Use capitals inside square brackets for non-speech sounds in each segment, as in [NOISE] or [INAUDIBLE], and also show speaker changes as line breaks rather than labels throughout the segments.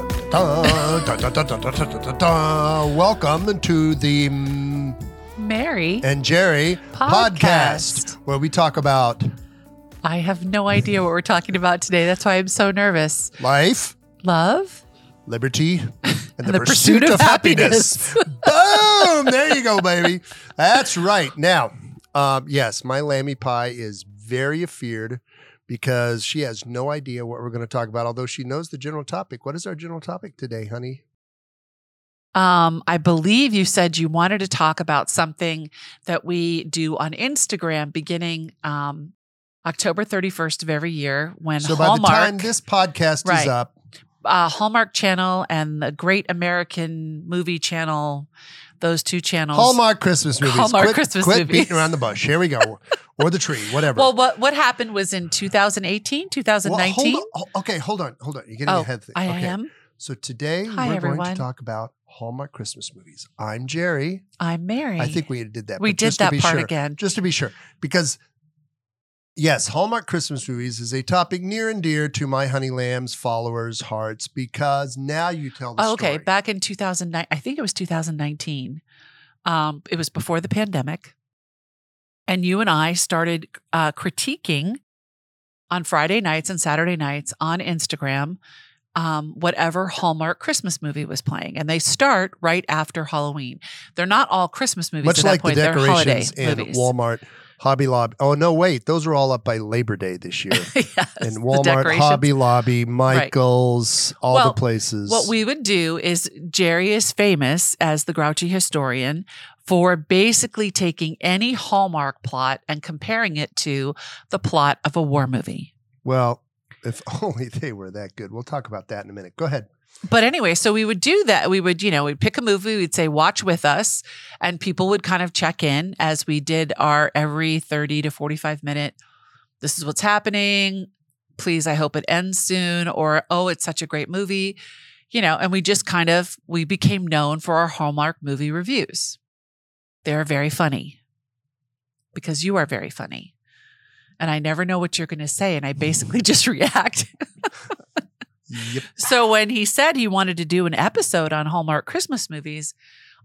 da, da, da, da, da, da, da, da, da. Welcome to the mm,
Mary,
and Jerry podcast.
Podcast.
where we talk about
I have no idea what we're talking about today. That's why I'm so nervous.
life,
Love?
liberty, and, the,
the
pursuit,
pursuit
of,
of
happiness. Boom! There you go, baby. That's right. Now, um, yes, my lammy pie is very afeared because she has no idea what we're going to talk about, although she knows the general topic. What is our general topic today, honey?
Um, I believe you said you wanted to talk about something that we do on Instagram beginning um, October 31st of every year when
so by
Hallmark,
the time this podcast is
Right.
up,
uh, Hallmark Channel and the Great American Movie Channel, those two channels.
Hallmark Christmas movies.
Hallmark
quit,
Christmas
quit
movies.
beating around the bush. Here we go. or the tree, whatever.
Well, what what happened was in 2018,
Well, hold
2019.
on- ho- okay, hold on, hold on. You're getting
Oh,
ahead. Thing.
I
okay.
am.
So today
Hi,
we're going
everyone.
to talk about Hallmark Christmas movies. I'm Jerry.
I'm Mary.
I think we did that.
we
but
did
just to
that
be
part
sure,
again.
Just to be sure, because yes, Hallmark Christmas movies is a topic near and dear to my honey lambs followers' hearts because now you tell the
Oh, okay,
story.
back in 2009, I think it was 2019. Um, it was before the pandemic, and you and I started uh, critiquing on Friday nights and Saturday nights on Instagram um, whatever Hallmark Christmas movie was playing, and they start right after Halloween. They're not all Christmas movies.
Much
at that
like the
point. They're holiday
decorations in
movies.
Walmart, Hobby Lobby. Oh no, wait, those are all up by Labor Day this year.
[LAUGHS] yes,
and
[LAUGHS] the
Walmart,
decorations.
Hobby Lobby, Michaels, all the
Well,
places.
What we would do is Jerry is famous as the grouchy historian for basically taking any Hallmark plot and comparing it to the plot of a war movie.
well, if [LAUGHS] only they were that good. We'll talk about that in a minute. Go ahead.
But anyway, so we would do that. We would, you know, we'd pick a movie, we'd say, watch with us, and people would kind of check in as we did our every 30 to 45 minute, this is what's happening. Please, I hope it ends soon. Or, oh, it's such a great movie, you know, and we just kind of, we became known for our Hallmark movie reviews. They're very funny because you are very funny. And I never know what you're going to say. And I basically [LAUGHS] just react.
Yep.
So when he said he wanted to do an episode on Hallmark Christmas movies,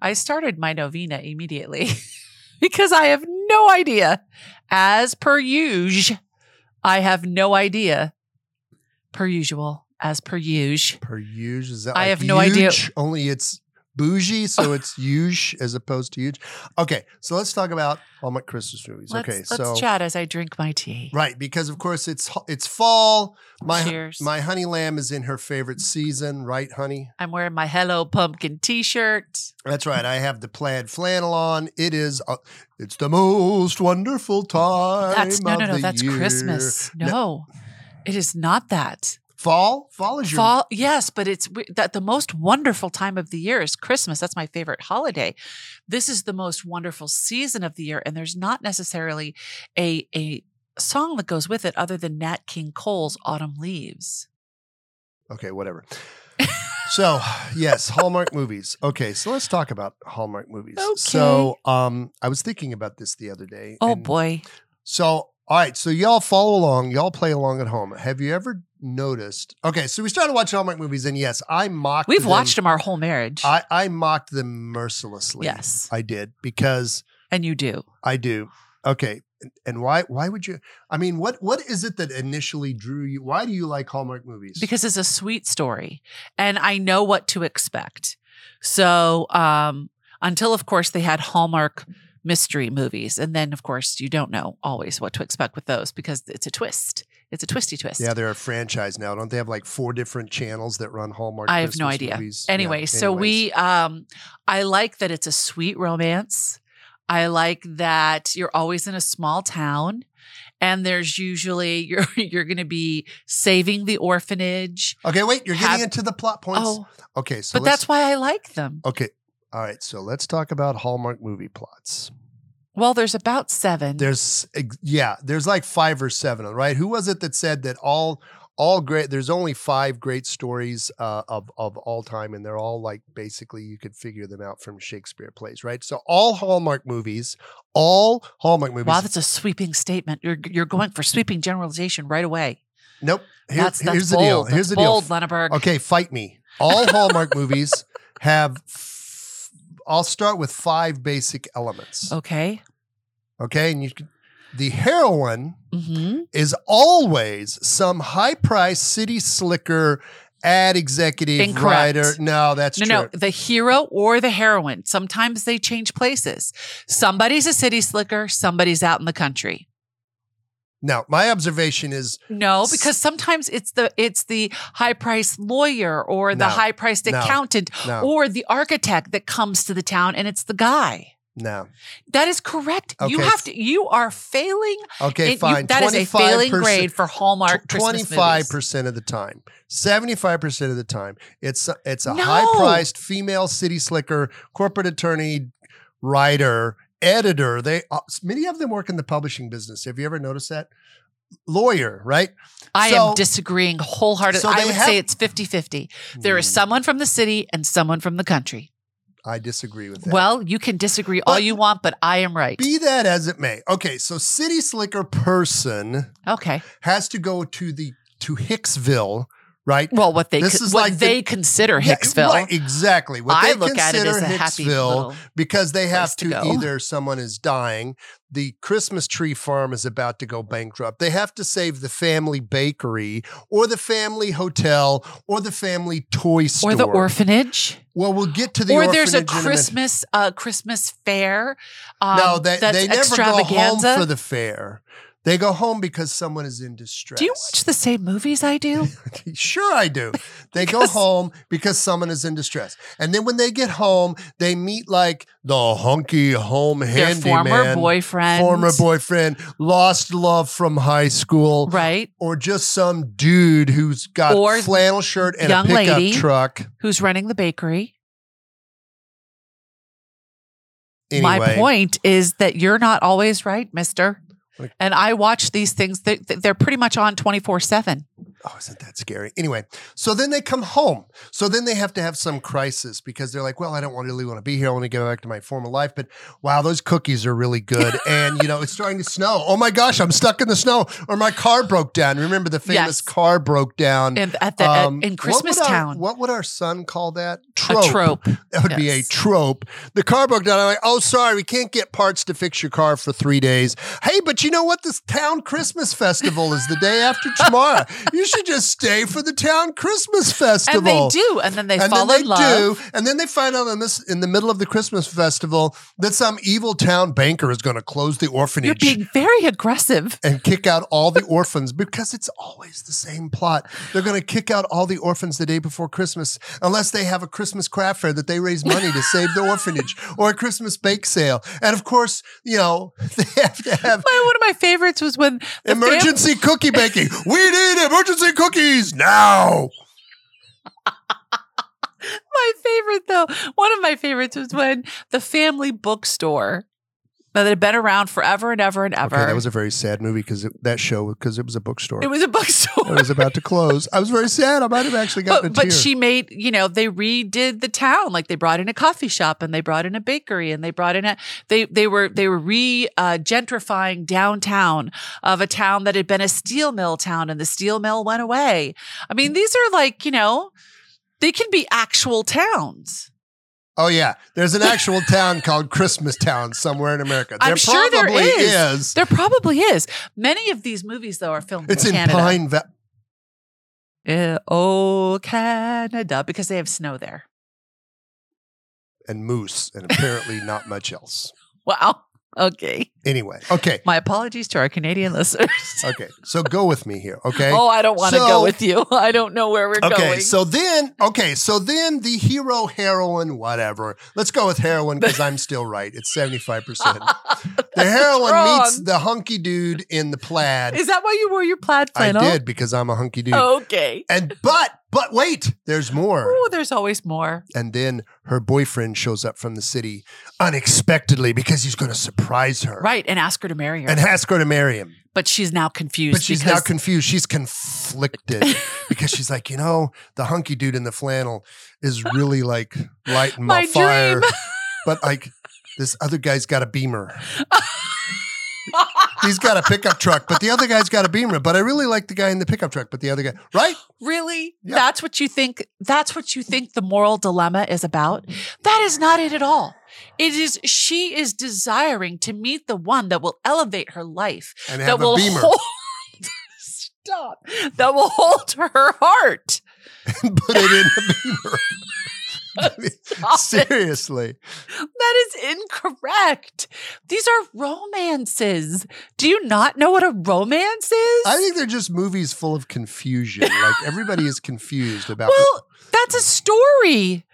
I started my novena immediately [LAUGHS] because I have no idea. As per usual, I have no idea. Per usual, as per usual.
Per usual. Is that
I
like
have no idea.
huge? Only it's bougie,
[LAUGHS]
so it's huge as opposed to huge. Okay, so let's talk about Hallmark Christmas movies.
Let's,
okay,
let's
so
chat as I drink my tea.
right because of course it's ho- it's fall. My
Cheers.
my honey lamb is in her favorite season, right, honey?
I'm wearing my Hello Pumpkin T-shirt.
That's right. I have the plaid flannel on. It is. uh it's the most wonderful time.
That's no,
of
no, no.
the
That's
year.
Christmas. No, it is not that.
Fall. Fall is your
Fall, yes, but it's w- that the most wonderful time of the year is Christmas. That's my favorite holiday. This is the most wonderful season of the year, and there's not necessarily a a song that goes with it other than Nat King Cole's "Autumn Leaves."
Okay, whatever. so, yes, Hallmark movies. Okay, so let's talk about Hallmark movies. So, um, I was thinking about this the other day.
Oh
and-
boy,
So, all right, so y'all follow along, y'all play along at home. Have you ever noticed? Okay, so we started watching Hallmark movies, and yes, I mocked.
we've
them.
watched them our whole marriage.
I, I mocked them mercilessly.
yes,
I did because
and you do.
I do. Okay. and- And why why would you I mean what what is it that initially drew you why do you like Hallmark movies?
because it's a sweet story and I know what to expect. So, um, until of course they had Hallmark mystery movies. And then, of course, you don't know always what to expect with those because it's a twist. It's a twisty twist.
Yeah, they're a franchise now. Don't they have like four different channels that run Hallmark?
I have no
Christmas
idea.
Movies? Yeah,
anyway, so
anyways.
we, um, I like that it's a sweet romance. I like that you're always in a small town. And there's usually [LAUGHS] you're you're going to be saving the orphanage.
okay. Wait, you're
have-
getting into the plot points.
oh,
okay, so
but
let's,
that's why I like them.
okay. All right, so let's talk about Hallmark movie plots.
Well, there's about seven.
There's ex- yeah, there's like five or seven, right? Who was it that said that all all great? There's only five great stories uh, of of all time, and they're all like basically you could figure them out from Shakespeare plays, right? So all Hallmark movies, all Hallmark movies.
wow, that's a sweeping statement. You're you're going for sweeping generalization right away.
nope. Here-
that's that's
here's the
bold.
deal. Here's
that's
the deal.
bold, Lenneberg.
Okay, fight me. all Hallmark movies have. F- I'll start with five basic
Oh.
elements.
Okay.
Okay, and you can, the heroine
Mm-hmm.
is always some high price city slicker ad executive
Incorrect.
writer. No, that's
No,
true.
no, the hero or the heroine. Sometimes they change places. Somebody's a city slicker, somebody's out in the country.
No, my observation is
No, because sometimes it's the it's the high priced lawyer or the
No,
high priced
no,
accountant
no,
or the architect that comes to the town and it's the guy.
no.
That is correct. You
Okay.
have to you are failing
Okay,
It- you-
fine.
that is a failing
25%
grade for Hallmark Christmas
Twenty-five
movies.
percent of the time, seventy-five percent of the time, it's a- it's a
No.
high-priced female city slicker, corporate attorney, writer, editor. They uh, many of them work in the publishing business. Have you ever noticed that? Lawyer, right?
I
So-
am disagreeing wholeheartedly.
So
I
they
would
have-
say it's 50-50. There is
Hmm,
someone from the city and someone from the country.
I disagree with that.
Well, you can disagree all
But-
you want, but I am right.
be that as it may. Okay, so city slicker person
okay.
has to go to the to Hicksville, right?
Well, what they
This
con-
is
what
like the-
they consider
Yeah,
Hicksville.
right, exactly. What
I
they
look at it
consider
as a happy
Hicksville
little.
because they have
place
to,
to go.
either someone is dying, the Christmas tree farm is about to go bankrupt, they have to save the family bakery or the family hotel or the family toy store.
Or the orphanage.
Well, we'll get to the
or
orphanage
there's a
in minute.
Christmas uh, Christmas fair. Um,
no, they,
that's
they never go home
extravaganza.
for the fair. They go home because someone is in distress.
Do you
[LAUGHS]
watch the same movies I do?
Sure, I
[LAUGHS]
do. They go
Because-
home because someone is in distress. And then when they get home, they meet like the hunky home
Their
handyman,
former boyfriend.
former boyfriend, lost love from high school,
Right.
or just some dude who's got
Or
flannel shirt and a
young
pickup
lady.
truck.
Who's running the bakery?
Anyway,
My point is that you're not always right, mister.
Like-
And I watch these things. They're, they're pretty much on 24 7.
Oh, isn't that scary? Anyway, so then they come home. So then they have to have some crisis because they're like, well, I don't want- really want to be here. I want to go back to my former life. But wow, those cookies are really
[LAUGHS]
good. and, you know, it's starting to snow. Oh my gosh, I'm stuck in the snow. Or my car broke down. Remember the famous
Yes.
car broke down?
And at the, at-
Um,
in
what
Christmas
would our-
Town,
what would our son call that?
a trope.
That would be a
Yes.
trope. The car broke down. I'm like, oh, sorry, we can't get parts to fix your car for three days. Hey, but you know what? This town Christmas festival is the day after tomorrow. you should just stay for the town Christmas festival.
And they do. And then they
And
fall
then they
in love.
do, and then they find out in this in the middle of the Christmas festival that some evil town banker is going to close the [LAUGHS]
You're
orphanage
being very aggressive.
and kick out all the orphans because it's always the same plot. They're going to kick out all the orphans the day before Christmas unless they have a Christmas craft fair that they raise money to save the orphanage or a Christmas bake sale. And of course, you know, [LAUGHS] they have to have
My, one of my favorites was when the fam-
emergency cookie baking. We need emergency cookies now.
my favorite though one of my favorites was when the family bookstore that had been around forever and ever and ever
Okay, that was a very sad movie because that show because it was a bookstore. [LAUGHS]
it
It was,
was a bookstore
about to close. I was very sad. I might have actually gotten
but,
a tear.
but she made you know they redid the town like they brought in a coffee shop and they brought in a bakery and they brought in a they they were they were re uh, gentrifying downtown of a town that had been a steel mill town and the steel mill went away i mean these are like you know they can be actual towns
Oh yeah, there's an actual town called Christmas Town somewhere in America.
I'm sure there
probably
is.
is.
There probably is. Many of these movies, though, are filmed
It's
in
in
Canada.
Pine Valley.
Eh, oh, Canada, because they have snow there.
and moose and apparently not much else.
Wow. Okay.
Anyway, okay,
My apologies to our Canadian [LAUGHS] listeners.
okay. So go with me here, okay?
Oh, I don't want to
So-
go with you. [LAUGHS] I don't know where we're
okay,
going.
so then, okay, so then the hero, heroine, whatever. Let's go with heroine because I'm still right. It's 75%. the heroine meets
wrong.
the hunky dude in the plaid.
[LAUGHS] is that Oh. why you wore your plaid
I
flannel?
did because I'm a hunky dude.
[LAUGHS] Okay.
And but, but wait, there's more.
Oh, there's always more.
And then her boyfriend shows up from the city unexpectedly because he's going to surprise her.
Right. And ask her to marry her.
And ask her to marry him.
but she's now confused.
But she's now
because
confused. She's
[LAUGHS]
conflicted because she's like, you know, the hunky dude in the flannel is really like lighting my,
My [LAUGHS]
fire.
dream. [LAUGHS]
But like, this other guy's got a beamer. he's got a pickup truck, but the other guy's got a Beamer. But I really like the guy in the pickup truck, but the other guy, right?
Really?
Yeah.
That's what you think that's what you think the moral dilemma is about? That is not it at all. It is she is desiring to meet the one that will elevate her life.
And
That
have a
will
Beamer.
hold [LAUGHS] stop. That will hold her heart.
and [LAUGHS] put it in
[LAUGHS]
a Beamer. [LAUGHS] I mean,
Stop it.
Seriously.
That is incorrect. These are romances. Do you not know what a romance is?
I think they're just movies full of confusion. Like everybody is confused about
Well, that's a story.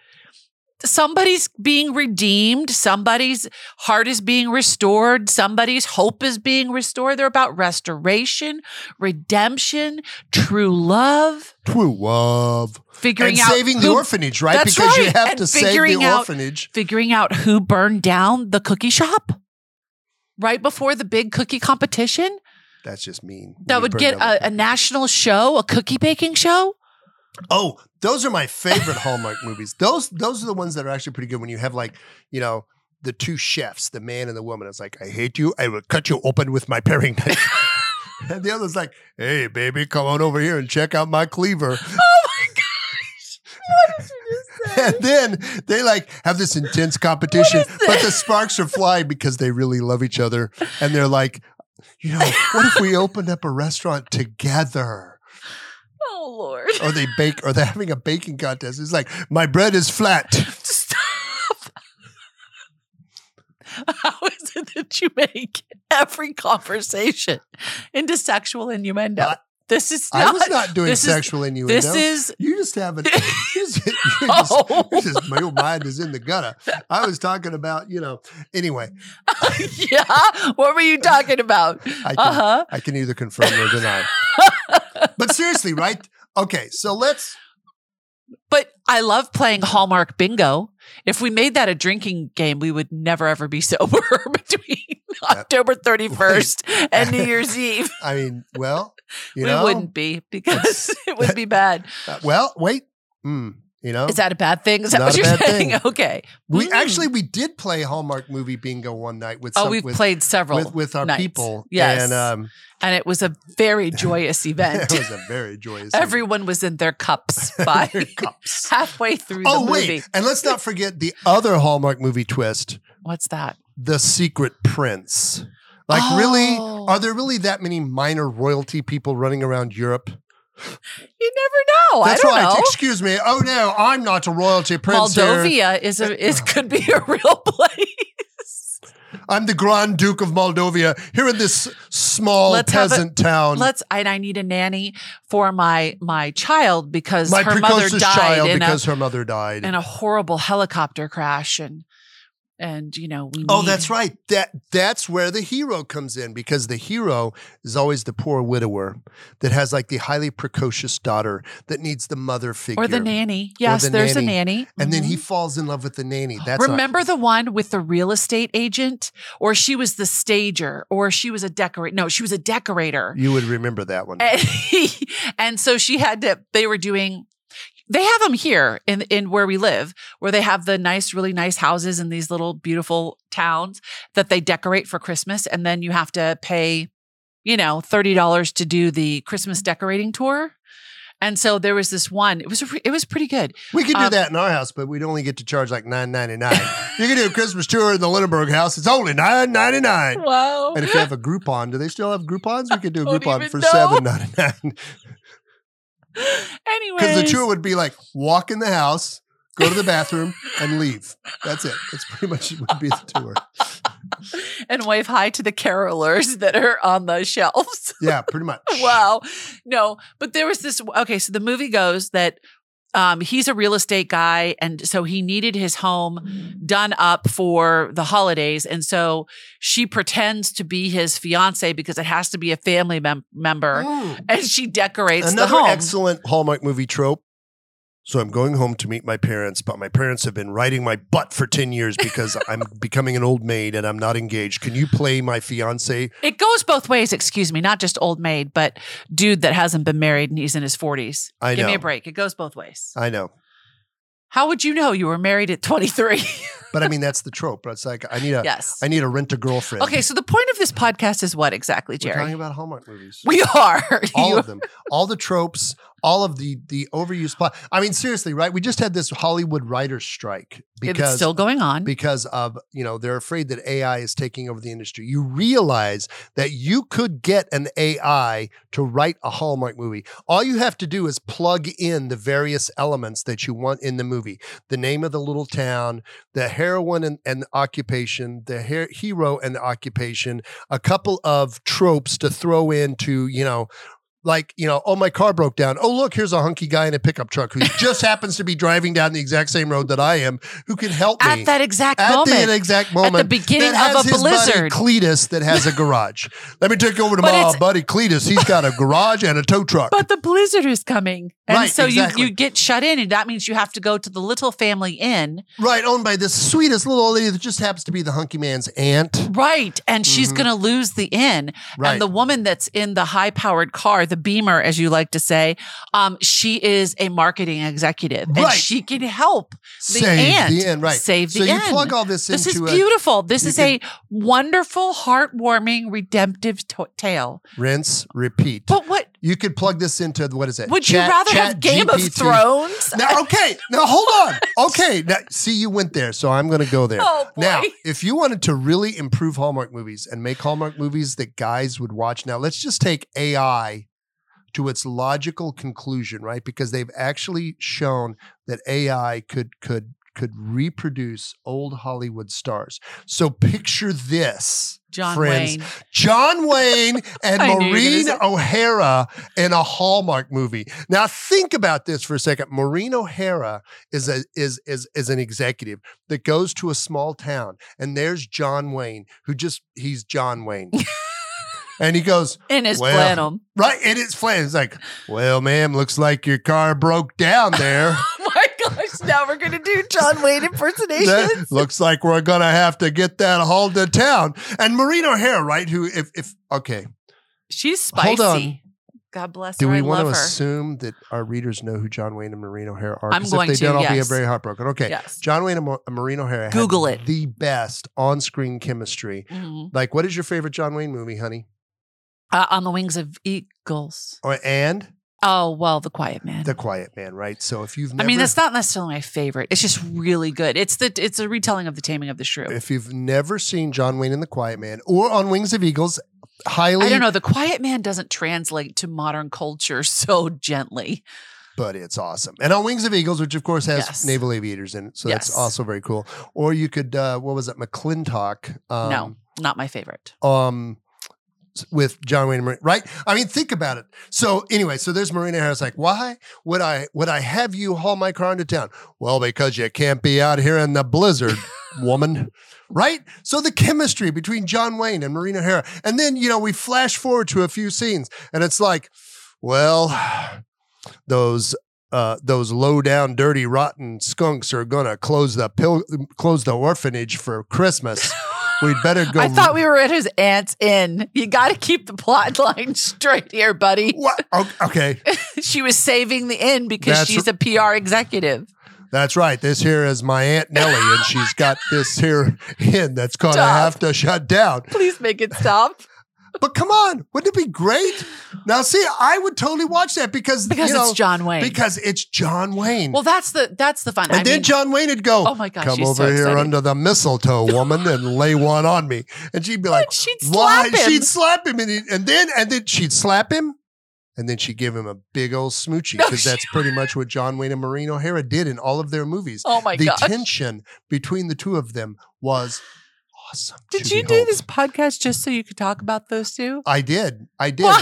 Somebody's being redeemed, somebody's heart is being restored, somebody's hope is being restored. They're about restoration, redemption, true love,
true love
figuring
and
out
saving the
who-
orphanage, right?
That's
because you
right,
have
and
to save
figuring
the
out-
orphanage.
figuring out who burned down the cookie shop right before the big cookie competition
That's just mean.
that
We
would
burned
get
down the
a, a
orphanage.
national show, a cookie baking [LAUGHS] show.
Oh, those are my favorite Hallmark movies. Those those are the ones that are actually pretty good when you have like, you know, the two chefs, the man and the woman. It's like, I hate you. I will cut you open with my paring knife. [LAUGHS] and the other's like, hey, baby, come on over here and check out my cleaver. [LAUGHS] And then they like have this intense competition, but the sparks are flying because they really love each other. And they're like, you know, what if we opened up a restaurant together?
Oh, Lord.
or they bake or they're having a baking contest. It's like my bread is flat.
Stop. [LAUGHS] How is it that you make every conversation into sexual innuendo?
I-
this is
I
not.
was not doing
this is-
sexual innuendo.
[LAUGHS] this is.
you just have an.
[LAUGHS]
you just, you just-
Oh,
[LAUGHS] you just- my mind is in the gutter. I was talking about you know. Anyway,
[LAUGHS] yeah. What were you talking about?
[LAUGHS] I can
Uh huh.
I can either confirm or deny. but seriously, right? Okay, so let's.
But I love playing Hallmark Bingo. If we made that a drinking game, we would never ever be [LAUGHS] sober between
[LAUGHS]
October 31st and New Year's Eve.
I mean,
[LAUGHS]
well, you
we
know,
wouldn't be because [LAUGHS] it would be bad.
uh, well, wait. Mm, you know,
Is that a bad thing? Is that
Not
what
a
you're
bad
saying?
thing.
[LAUGHS] Okay.
we
Mm.
actually we did play Hallmark movie bingo one night with
Oh,
some,
we've
with,
played several,
with with our
nights.
people.
Yes.
and um, [LAUGHS]
and it was a very joyous
it
event.
was a very
[LAUGHS]
joyous. evening.
Everyone was in their
[LAUGHS]
cups by [LAUGHS]
Their cups.
halfway through
Oh
the
wait,
movie.
and let's not forget the other Hallmark movie twist:
What's that?
the Secret Prince. Like, really?
Oh.
Are there really that many minor royalty people running around Europe?
You never know.
That's
Oh, I don't
right.
know.
Excuse me. Oh no, I'm not a royalty prince here.
Moldovia is a
[LAUGHS]
is could be a real place.
I'm the Grand Duke of Moldovia here in this small
Let's have a-
peasant town.
Let's and I need a nanny for my my child because
My
her mother
precocious
died
child,
in
because
a
her mother died.
in a horrible helicopter crash and and you know we
Oh,
need-
that's right. That that's where the hero comes in because the hero is always the poor widower that has like the highly precocious daughter that needs the mother figure.
or the nanny. Yes,
the
there's
nanny.
a nanny.
And then
Mhm.
he falls in love with the
[GASPS]
nanny. That's not-
Remember the one with the real estate agent, or she was the stager, or she was a decorator. No, she was a decorator.
you would remember that one.
And, [LAUGHS] he- and so she had to. They were doing. They have them here in in where we live, where they have the nice, really nice houses in these little beautiful towns that they decorate for Christmas, and then you have to pay, you know, thirty dollars to do the Christmas decorating tour. And so there was this one. It was a, it was pretty good.
we could do
um,
that in our house, but we'd only get to charge like nine ninety nine. you can do a Christmas tour in the Lindenberg house. It's only nine ninety nine.
Wow!
[LAUGHS] And if you have a Groupon, do they still have Groupons? We could do a
Don't
Groupon
even
for
know.
seven ninety nine.
anyway,
Because the tour would be like walk in the house, go to the bathroom, and leave. That's it. That's pretty much would be the tour.
and wave hi to the carolers that are on the shelves. [LAUGHS]
Yeah, pretty much.
wow. No, but there was this. Okay, so the movie goes that um, he's a real estate guy, and so he needed his home done up for the holidays, and so she pretends to be his fiance because it has to be a family mem- member,
Mm.
and she decorates the
Another
home.
excellent Hallmark movie trope. So I'm going home to meet my parents, but my parents have been riding my butt for 10 years because
[LAUGHS]
I'm becoming an old maid and I'm not engaged. Can you play my fiance?
it goes both ways. Excuse me, not just old maid, but dude that hasn't been married and he's in his forties.
I
Give
know.
me a break. It goes both ways.
I know.
How would you know you were married at 23?
But I mean, that's the trope. It's like I need a I
[LAUGHS] yes.
need a rent a girlfriend.
Okay, so the point of this podcast is what exactly,
we're talking
Jerry?
about Hallmark movies.
We are.
[LAUGHS]
[LAUGHS]
all
You-
of them, all the tropes, all of the the overused plot. I mean, seriously, right? We just had this Hollywood writers strike
it's
because
still going on.
because of you know they're afraid that AI is taking over the industry. You realize that you could get an AI to write a Hallmark movie. All you have to do is plug in the various elements that you want in the movie: the name of the little town, the heroine and, and the occupation, the her- hero and the occupation, a couple of tropes to throw into you know. Like, you know, oh, my car broke down. Oh, look, here's a hunky guy in a pickup truck who just happens to be driving down the exact same road that I am, who can help me
at that exact
at
moment.
the exact
at the
moment
beginning
that
of
has
a
his
blizzard.
buddy Cletus that has a
[LAUGHS]
garage. Let me take you over to
But
my
it's-
buddy Cletus. He's got a garage and a tow truck.
But the blizzard is coming. And
Right,
so
exactly.
you, you get shut in, and that means you have to go to the little family inn.
right, owned by this sweetest little old lady that just happens to be the hunky man's aunt.
Right. And she's
Mhm.
going to lose the inn.
Right.
And the woman that's in the high powered car, the beamer, as you like to say, um, she is a marketing executive. And
Right.
she can help the
Save
aunt
the end, right.
save the
so you
end.
plug all this,
this is
into
beautiful. this
you
is a wonderful, heartwarming, redemptive to- tale.
a rinse, repeat.
But what
you could plug this into what is it?
would
Chat-
you rather
Chat
have Game of
GPT.
Thrones?
Now, okay, now hold on. Okay, now, see, you went there, so I'm going to go there.
Oh [LAUGHS] boy.
Now, if you wanted to really improve Hallmark movies and make Hallmark movies that guys would watch, now let's just take AI to its logical conclusion, right? Because they've actually shown that AI could could could reproduce old Hollywood stars. So picture this.
John
friends.
Wayne.
John Wayne and
[LAUGHS] I knew you were gonna
Maureen
say-
O'Hara in a Hallmark movie. Now think about this for a second. Maureen O'Hara is a is is is an executive that goes to a small town, and there's John Wayne who just he's John
[LAUGHS]
Wayne, and he goes
In his
Well,
plenum.
right in his plan. It's like, well, ma'am, looks like your car broke down there.
[LAUGHS] [LAUGHS] Oh my gosh, now we're going to do John Wayne impersonations.
[LAUGHS] That looks like we're gonna have to get that hauled to town. And Maureen O'Hara, right? Who, if if okay.
She's
Hold
spicy.
on.
God bless
Do
her.
we
I
want to
love her.
assume that our readers know who John Wayne and Maureen O'Hara are?
I'm
'Cause
going
if they
to,
don't, I'll be
yes.
very heartbroken. Okay.
Yes.
John Wayne and Mo- and Maureen O'Hara. had
Google it.
The best on screen chemistry.
Mhm.
Like, what is your favorite John Wayne movie, honey?
Uh, on the wings of eagles.
Or, and
Oh well, the Quiet Man.
The Quiet Man, right? So if you've never.
I mean, that's not necessarily my favorite. It's just really good. It's the it's a retelling of the Taming of the Shrew.
If you've never seen John Wayne in The Quiet Man or on Wings of Eagles, highly,
I don't know. The Quiet Man doesn't translate to modern culture so gently.
but it's awesome. And on Wings of Eagles, which of course has
Yes.
naval aviators in it, so
Yes.
that's also very cool. Or you could, uh, what was it, McClintock? Um,
no, not my favorite.
um with John Wayne and Marina, right? I mean, think about it. So anyway, so there's Marina Harris like, why would I would I have you haul my car into town? Well, because you can't be out here in the blizzard,
[LAUGHS]
woman. Right? So the chemistry between John Wayne and Marina O'Hara. And then, you know, we flash forward to a few scenes and it's like, well, [SIGHS] those uh, those low down, dirty, rotten skunks are gonna close the pil- close the orphanage for Christmas. We'd
[LAUGHS]
better go.
I thought we were at his aunt's inn. You got to keep the plot [LAUGHS] line straight here, buddy.
What? O- Oh, Okay,
She was saving the inn
That's-
because she's a PR executive.
that's right. This here is my aunt Nellie, and she's got this here in that's gonna
Stop.
have to shut down.
Please make it stop
But come on, wouldn't it be great? Now, see, I would totally watch that because
because
you know,
it's John Wayne.
because it's John Wayne.
well, that's the that's the fun.
and
I
then
mean,
John Wayne would go,
Oh my gosh,
come
she's so
over here
excited."
under the mistletoe,
[LAUGHS]
woman, and lay one on me." And she'd be like,
she'd
"Why?"
slap him.
She'd slap him, and, he, and then and then she'd slap him, and then she'd give him a big old smoochie
No,
because
she-
that's pretty much what John Wayne and Maureen O'Hara did in all of their movies.
oh my
the
gosh.
tension between the two of them was awesome.
Did
to
you do
behold.
this podcast just so you could talk about those two?
I did. I did.
Wow.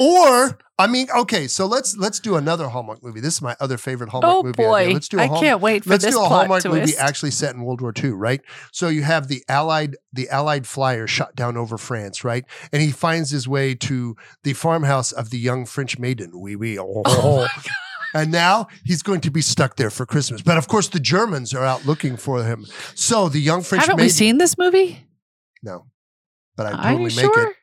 Or I mean, okay, so let's let's do another Hallmark movie. This is my other favorite Hallmark
oh
movie.
boy.
Idea. Let's do a
I
Hallmark.
can't wait for
Let's
this
do a
plot
Hallmark
twist.
movie actually set in World War II, right? So you have the Allied the Allied flyer shot down over France, right? And he finds his way to the farmhouse of the young French maiden. Oui, oui. Oh,
[LAUGHS] Oh
and now he's going to be stuck there for Christmas. But of course, the Germans are out looking for him. So the young French
Haven't
maiden.
we seen this movie?
no, but I
Are
totally
you
make
sure?
it.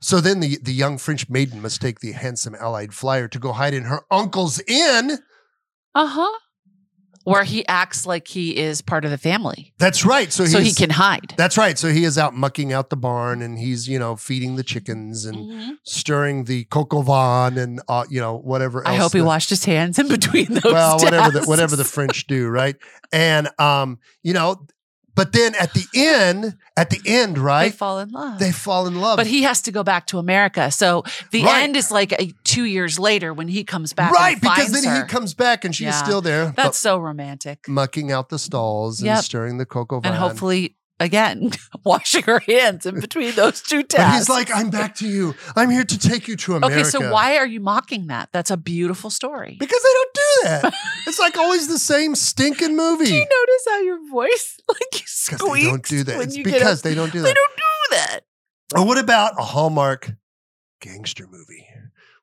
So then the, the young French maiden must take the handsome Allied flyer to go hide in her uncle's inn.
Uh huh. where he acts like he is part of the family,
That's right. So,
so he
he's-
can hide.
That's right. So he is out mucking out the barn, and he's you know feeding the chickens and
Mhm.
stirring the cocoa van and uh, you know whatever.
I
else
hope he
the-
washed his hands in between those.
Well, whatever the
tasks.
whatever
[LAUGHS]
the French do, right? And um, you know, but then at the end, at the end,
they
right?
fall in love.
They fall in love.
but he has to go back to America. So the
Right.
end is like a, two years later when he comes back. and
right because
finds
then
her.
he comes back and she's
Yeah.
still there, but
That's so romantic.
mucking out the stalls and
Yep.
stirring the cocoa van.
And hopefully, again, [LAUGHS] washing her hands in between those two tasks.
But he's like, I'm back to you. I'm here to take you to America.
okay, so why are you mocking that? That's a beautiful story.
Because they don't do that. it's like always the same stinking movie.
Do you notice how your voice [LAUGHS] like you
because they don't
squeaks
do that.
when
It's
you get
because
up?
they don't do
They [LAUGHS]
that.
don't do that.
Or what about a Hallmark gangster movie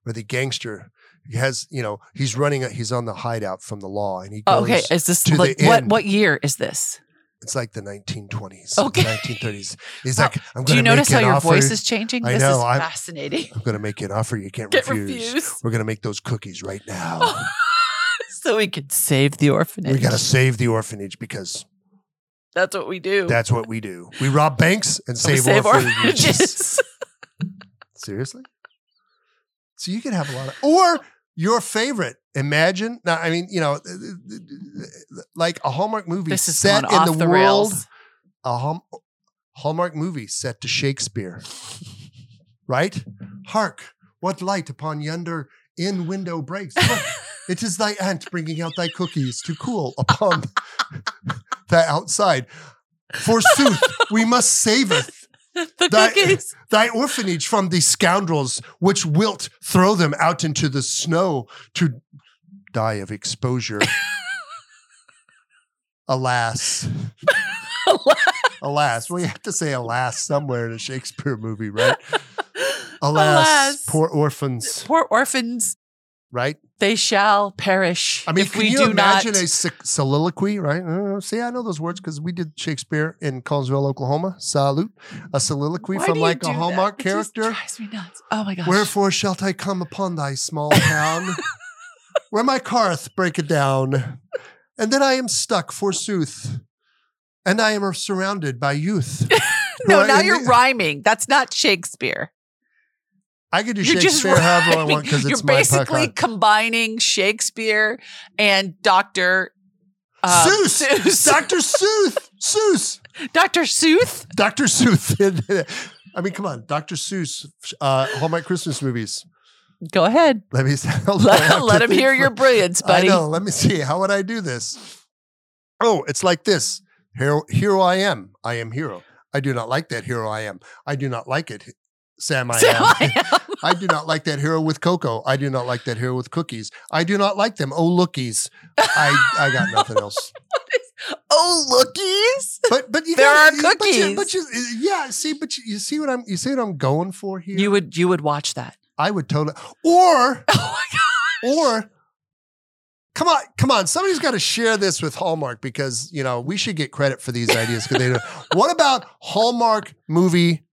where the gangster has, you know, he's running, he's on the hideout from the law and he goes,
Oh, Okay, is this
to the
like what?
end.
What year is this?
it's like the 1920s,
Okay.
1930s. He's
Wow.
like, I'm
Do
going
you
to make
notice
you
how
an
your
offer.
voice is changing?
I
this is
know, I'm-
fascinating.
[LAUGHS]
[LAUGHS]
I'm going to make you an offer you can't
Get
refuse.
refused. Oh,
We're going to make those cookies right now.
[LAUGHS] so we could save the orphanage.
we got to save the orphanage because
That's what we do.
that's what we do. We rob banks and
We
save, orphanages. [LAUGHS]
orphanages.
Seriously? So you could have a lot of, or your favorite. Imagine now. I mean, you know, like a Hallmark movie
this is
set
gone
in
off
the,
the,
world.
rails.
A Hall- Hallmark movie set to Shakespeare, right? Hark! What light upon yonder inn window breaks?
[LAUGHS]
Look, it is thy aunt bringing out thy cookies to cool upon [LAUGHS] the outside. Forsooth, we must saveth
[LAUGHS] The
That- [LAUGHS]
[LAUGHS] cookies.
thy orphanage from these scoundrels which wilt throw them out into the snow to die of
[LAUGHS]
exposure. alas, alas. Well, you have to say alas somewhere in a Shakespeare movie,
[LAUGHS]
right? Alas,
Alas.
poor orphans,
Poor orphans,
right?
they shall perish.
I mean,
if
can
we
you
do
imagine
not.
a so- soliloquy, right? Uh, see, I know those words because we did Shakespeare in Collinsville, Oklahoma. Salute. A soliloquy
Why
from
do you
like
do
a
that?
Hallmark
It just
character.
drives me nuts. Oh my gosh.
Wherefore shalt I come upon thy small
[LAUGHS]
town, where my carth breaketh down, and then I am stuck forsooth, and I am surrounded by
[LAUGHS]
youth. who
no,
are
now
in
you're
the-
rhyming. That's not Shakespeare.
I could do
You're just
Shakespeare however I
rhyming.
want because
You're
it's my
basically
podcast.
combining Shakespeare and Doctor uh,
Seuss, Doctor Seuss, Seuss,
[LAUGHS] Doctor Seuss.
Doctor Seuss. [LAUGHS] I mean, come on, Doctor Seuss, uh, Hallmark Christmas movies.
Go ahead. [LAUGHS]
Let me [LAUGHS] hold on, I have
Let,
to
let him
think [LAUGHS]
hear
for-
your brilliance, buddy.
I know. Let me [LAUGHS] see. How would I do this? Oh, it's like this. Hero, hero I am. I am hero. I do not like that hero I am. I do not like it.
[LAUGHS]
Sam I
[LAUGHS] So
am.
I am.
[LAUGHS] I do not like that hero with cocoa. I do not like that hero with cookies. I do not like them. Oh, lookies. I, I got
[LAUGHS]
nothing else.
Oh, lookies.
But but you
There
gotta-
are
but you-
cookies.
But you, yeah, see, but you, you see what I'm you see what I'm going for here.
You would you would
[LAUGHS]
watch that.
I would totally or
Oh my god.
Or come on, come on, somebody's got to share this with Hallmark because you know we should get credit for these ideas because they don't. What about Hallmark movie,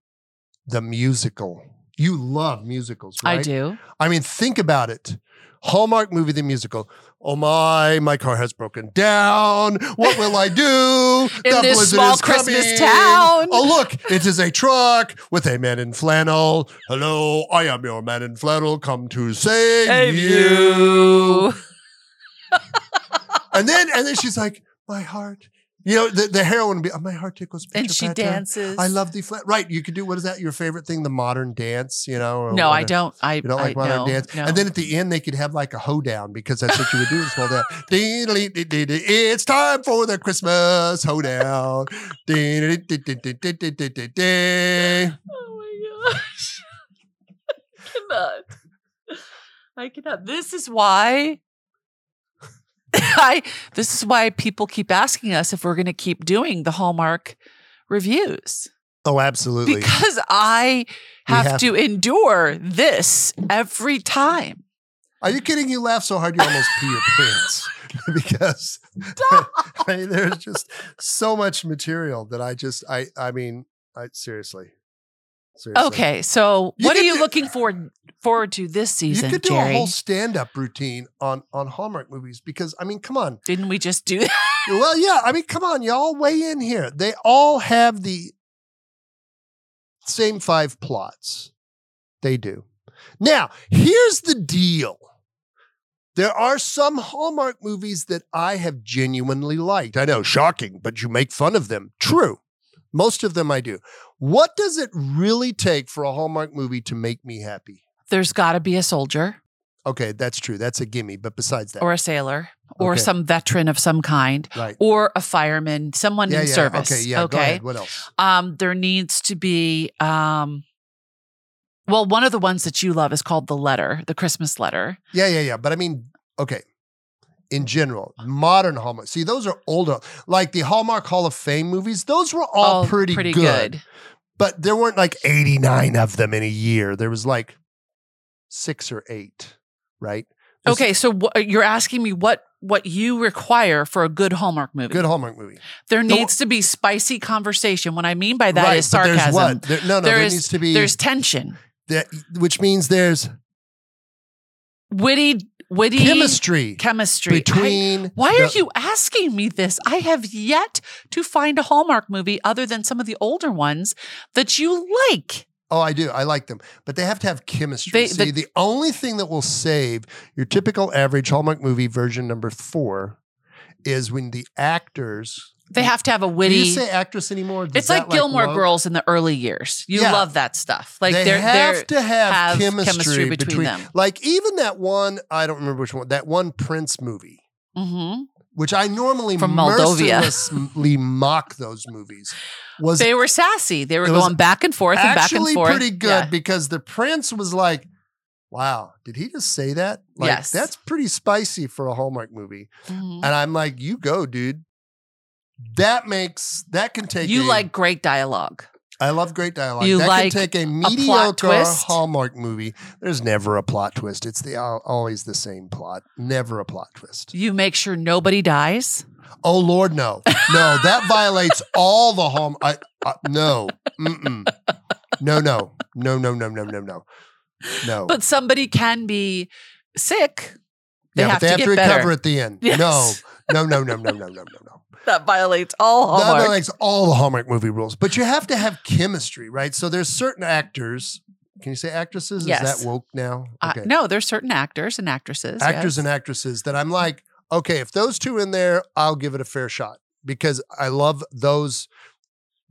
the musical? You love musicals, right?
I do.
I mean, think about it. Hallmark movie, the musical. Oh my, my car has broken down. What will I do?
[LAUGHS] In
The
this
blizzard
small
is
Christmas
coming.
town.
Oh, look, it is a truck with a man in flannel. Hello, I am your man in flannel, come to save, you. And then and then she's like, my heart. You know, the, the heroine would be, "Oh, my heart tickles.
And
pitter
she
patter.
dances.
I love the flat. Right. You could do, what is that? Your favorite thing? The modern dance, you know? or
No, I
whatever.
don't. I
You don't like
I,
modern
no,
dance.
no.
And then at the end, they could have like a hoedown because that's what you would do in small [LAUGHS] town. Dee-dee-dee-dee-dee, It's time for the Christmas hoedown. Dee-dee-dee-dee-dee-dee-dee-dee.
Oh my gosh. I cannot. I cannot. This is why [LAUGHS] I this is why people keep asking us if we're gonna keep doing the Hallmark reviews.
Oh, absolutely.
Because I
We
have,
have-
to endure this every
[LAUGHS]
time.
Are you kidding? You laugh so hard you almost pee your pants [LAUGHS] because I mean, there's just so much material that I just I I mean I seriously Seriously.
Okay, so
You
what are
could
you
do-
looking forward forward to this
You
season,
could do
Jerry?
a whole stand-up routine on on Hallmark movies because I mean, come on,
Didn't we just do that?
Well, yeah. I mean, come on, y'all weigh in here. They all have the same five plots. They do. Now, here's the deal. There are some Hallmark movies that I have genuinely liked. I know, shocking, but you make fun of them. True. Most of them I do. What does it really take for a Hallmark movie to make me happy?
There's got to be a soldier
Okay, that's true. That's a gimme. But besides that,
or a sailor or
Okay.
some veteran of some kind
right.
or a fireman, someone
yeah,
in
yeah.
service.
Okay, yeah. Go ahead. What else?
Um, there needs to be um, well, one of the ones that you love is called the letter, the Christmas letter.
Yeah, yeah, yeah. But I mean, okay. In general,
Uh.
modern Hallmark. See, those are older, like the Hallmark Hall of Fame movies. Those were
Oh,
all, pretty, good, but there weren't like eighty nine of them in a year. There was like six or eight, right? This-
Okay, so wh- you're asking me what what you require for a good Hallmark movie.
Good Hallmark movie.
There
No.
needs to be spicy conversation. What I mean by that is
but
sarcasm.
There's what? There, no, no. There,
There is-
needs to be.
There's tension,
there- which means there's
witty, witty
chemistry,
chemistry. I-
between.
why are
the-
you asking me this? I have yet to find a Hallmark movie other than some of the older ones that you like.
Oh, I do. I like them, but they have to have chemistry.
They-
See,
the-
the only thing that will save your typical average Hallmark movie version number four is when the actors.
They have to have a
Do
witty.
you say actress anymore? Does
it's like
that,
Gilmore
woke?
Girls in the early years. You
Yeah.
love that stuff. Like
they
they are
have
they're
to have,
have
chemistry,
chemistry
between,
between them.
Like even that one, I don't remember which one. That one Prince movie,
Mhm.
which I normally
From Moldovia.
mercilessly mock those movies, was
they were sassy. They were
It was
going back and forth and back and
actually
forth.
pretty good
Yeah.
because the prince was like, "Wow, did he just say that? Like,
Yes.
that's pretty spicy for a Hallmark movie."
Mhm.
And I'm like, "You go, dude." That makes that can take. a-
You like great dialogue.
I love great dialogue.
you
that
like
can take a
plot
mediocre
twist?
Hallmark movie. There's never a plot twist. It's the al- always the same plot. Never a plot twist.
You make sure nobody dies.
Oh Lord, no, no,
[LAUGHS]
that violates all the home. I, I no, Mm-mm. no, no, no, no, no, no, no, no, no.
But somebody can be sick. [LAUGHS] They
yeah, but
have
they
to
have
get
to recover
better.
at the end.
Yes.
No, no, no, no, no, no, no, no, no.
That violates all
That
[LAUGHS] Hallmark.
violates all the Hallmark movie rules. But you have to have chemistry, right? So there's certain actors. Can you say actresses? Is
Yes.
that woke now?
Uh, no, there's certain actors and actresses.
actors
yes.
and actresses that I'm like, okay, if those two in there, I'll give it a fair shot because I love those.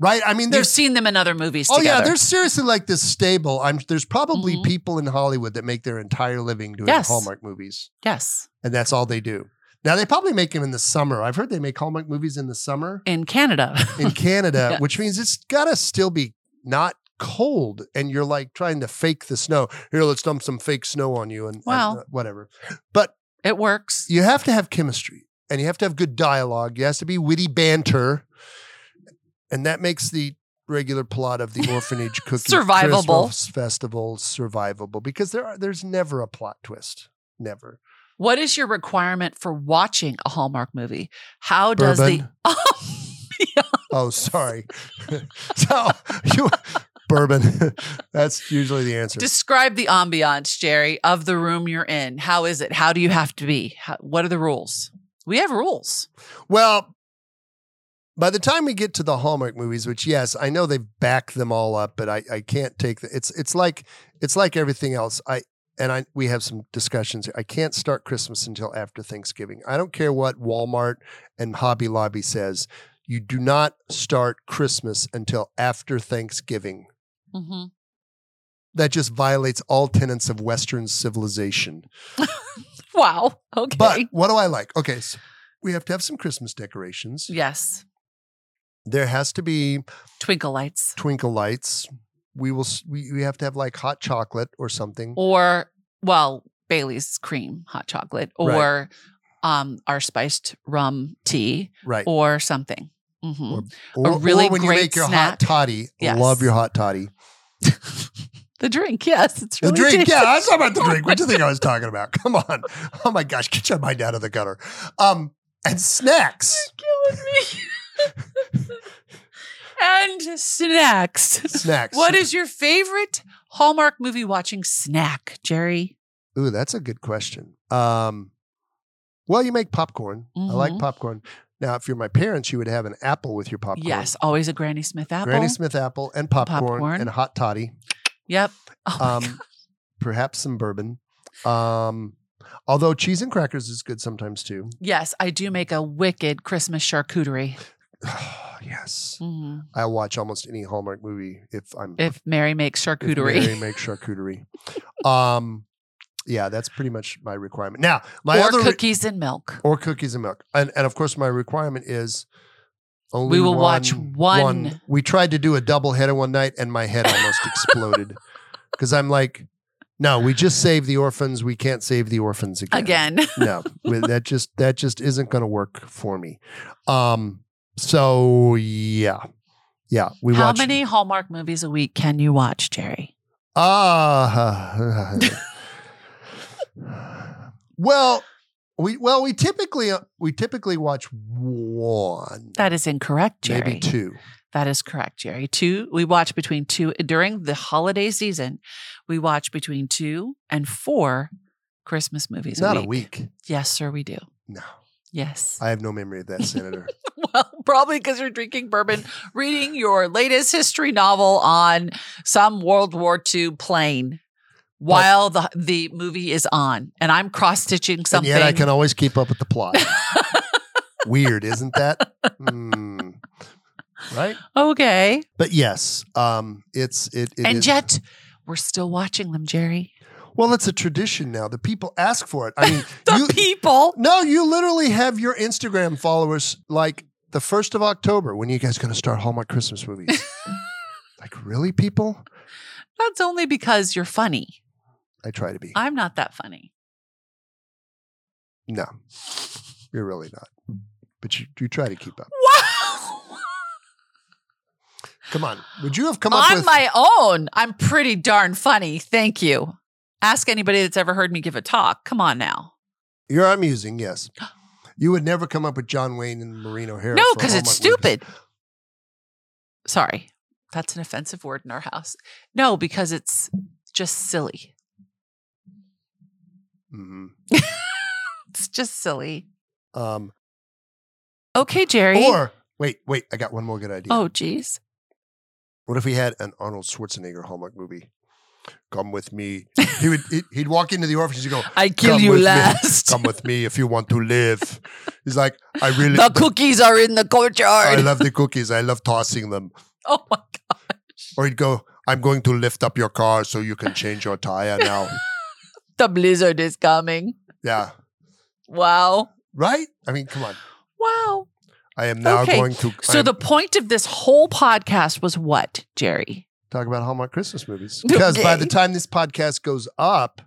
Right? I mean,
You've
there's
seen them in other movies.
Oh yeah,
together.
there's seriously like this stable. I'm there's probably
Mhm.
people in Hollywood that make their entire living doing
Yes.
Hallmark movies,
yes.
and that's all they do. Now they probably make them in the summer. I've heard they make Hallmark movies in the summer
In Canada, [LAUGHS]
in Canada,
Yeah.
which means it's gotta still be not cold, and you're like trying to fake the snow. Here, let's dump some fake snow on you, and, and,
Well.
uh, whatever.
it works.
You have to have chemistry, and you have to have good dialogue. You has to be witty banter, and that makes the regular plot of
[LAUGHS]
the orphanage cookie
Survivable.
Christmas festival survivable because there are there's never a plot twist, never.
What is your requirement for watching a Hallmark movie? How does
Bourbon.
the
Oh, sorry. [LAUGHS] so you bourbon. [LAUGHS] That's usually the answer.
describe the ambiance, Jerry, of the room you're in? How is it? How do you have to be? How, what are the rules? We have rules.
Well, by the time we get to the Hallmark movies, which yes, I know they've backed them all up, but I, I can't take the, it's it's like it's like everything else. I and I we have some discussions. here. I can't start Christmas until after Thanksgiving. I don't care what Walmart and Hobby Lobby says. You do not start Christmas until after Thanksgiving.
hmm
That just violates all tenets of Western civilization.
Wow. Okay.
But what do I like? Okay, so we have to have some Christmas decorations.
yes.
There has to be
Twinkle lights.
twinkle lights. We will. s- We, we have to have like hot chocolate or something.
or well bailey's cream hot chocolate or um our spiced rum tea
Right. Or,
or something hmm
or,
really
when you
great
make your hot
snack.
toddy.
Yes.
Love your hot toddy.
the drink yes it's
The
really
drink.
tasty.
Yeah, I was talking about the drink. What do you think
[LAUGHS]
I was talking about? Come on. Oh my gosh, get your mind out of the gutter. Um, and snacks.
You're killing me and snacks.
Snacks.
What is your favorite Hallmark movie watching snack, Jerry?
Ooh, that's a good question. Um, well, you make popcorn. I like
Mhm.
popcorn. Now, if you're my parents, you would have an apple with your popcorn.
Yes, always a Granny Smith apple.
Granny Smith apple and popcorn,
Popcorn.
and hot toddy.
Yep. Oh my God.
Um, perhaps some bourbon. Um, although cheese and crackers is good sometimes too. [SIGHS]
yes, I do make a wicked Christmas charcuterie.
yes,
Mhm.
I watch almost any Hallmark movie if I'm
If Mary
if
makes charcuterie. [LAUGHS]
Mary [LAUGHS] makes charcuterie. um, yeah, that's pretty much my requirement.
[LAUGHS]
Now, my
or
other re-
cookies and milk.
or cookies and milk, and and of course my requirement is only
We will watch one.
We tried to do a double header one night, and my head almost
[LAUGHS]
exploded because I'm like, no, we just saved the orphans. We can't save the orphans again.
Again,
no, with- that just that just isn't going to work for me. Um, so yeah, yeah, we
how
watched-
many Hallmark movies a week can you watch, Jerry?
Ah. [LAUGHS] well, we well we typically uh, we typically watch one,
That is incorrect, Jerry.
maybe two.
That is correct, Jerry. Two, we watch between two during the holiday season. We watch between two and four Christmas movies.
Not
a week. Yes, sir, we do.
No,
Yes.
I have no memory of that, Senator.
[LAUGHS] well, probably because you're drinking bourbon, reading your latest history novel on some World War II plane while the the movie is on, and I'm cross stitching
and
something.
yet I can always keep up with the
[LAUGHS]
plot. Weird, isn't that? Hmm. Right.
okay,
But yes, um, it's it. it
and
is-
yet we're still watching them, Jerry.
well, it's a tradition now. The people ask for it. I mean,
[LAUGHS] The
you,
people.
No, you literally have your Instagram followers like the first of October. When are you guys going to start Hallmark Christmas
[LAUGHS]
movies? like, really, people?
That's only because you're funny.
I try to be.
I'm not that funny.
no, you're really not. But you, you try to keep up.
Wow.
Come on. Would you have come up
on
with?
my own, I'm pretty darn funny. Thank you. Ask anybody that's ever heard me give a talk. Come on now.
you're amusing, yes. You would never come up with John Wayne and Maureen O'Hara.
no,
for
because it's
Hallmark movies.
stupid. Sorry. That's an offensive word in our house. No, because it's just silly.
Mhm.
It's just silly.
Um,
Okay, Jerry.
or wait, wait. I got one more good idea.
oh, geez.
What if we had an Arnold Schwarzenegger Hallmark movie? Come with me. He would. he'd- He'd walk into the orphanage and go,
I kill
Come
you
with me.
last.
come with me if you want to live. He's like,
[LAUGHS]
I really,
The cookies are in the
I
courtyard.
love the cookies. I love tossing them.
[LAUGHS] oh my god.
Or he'd go, I'm going to lift up your car so you can change your tire
[LAUGHS]
now.
The blizzard is coming.
yeah.
Wow.
Right? I mean, come on.
Wow.
I am now
Okay.
going to
So
I'm-
the point of this whole podcast was what, Jerry?
talk about Hallmark Christmas
[LAUGHS]
movies. Because by the
Okay.
time this podcast goes up,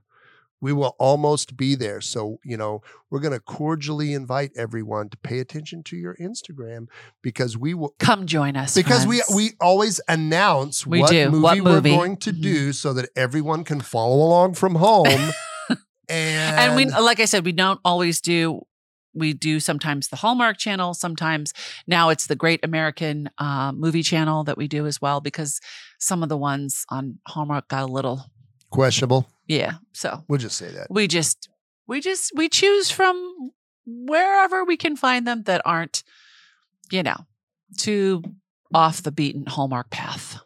we will almost be there. So, you know, we're going to cordially invite everyone to pay attention to your Instagram because we will
Come join us.
because
friends.
we we always announce
We
what,
do.
Movie
What movie.
we're going to
Mhm.
do so that everyone can follow along from
[LAUGHS]
home. and,
and we like I said, we don't always do we do sometimes the Hallmark channel, sometimes now it's the Great American uh, movie channel that we do as well because some of the ones on Hallmark got a little
questionable.
yeah. So
We'll just say that.
we just we just we choose from wherever we can find them that aren't, you know, too off the beaten Hallmark path.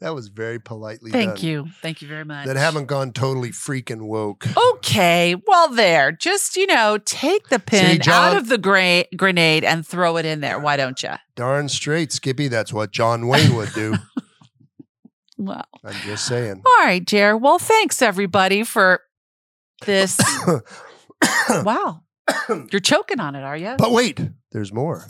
That was very politely
Thank
done.
you. Thank you very much.
That haven't gone totally freaking woke.
Okay, well, there. Just you know, take the pin
John-
out of the gra- grenade and throw it in there. Why don't you?
Darn straight, Skippy. That's what John Wayne would
[LAUGHS]
do.
Well,
I'm just saying.
all right, Jer. Well, thanks everybody for
[COUGHS]
this. wow, you're choking on it, are you?
But wait, there's more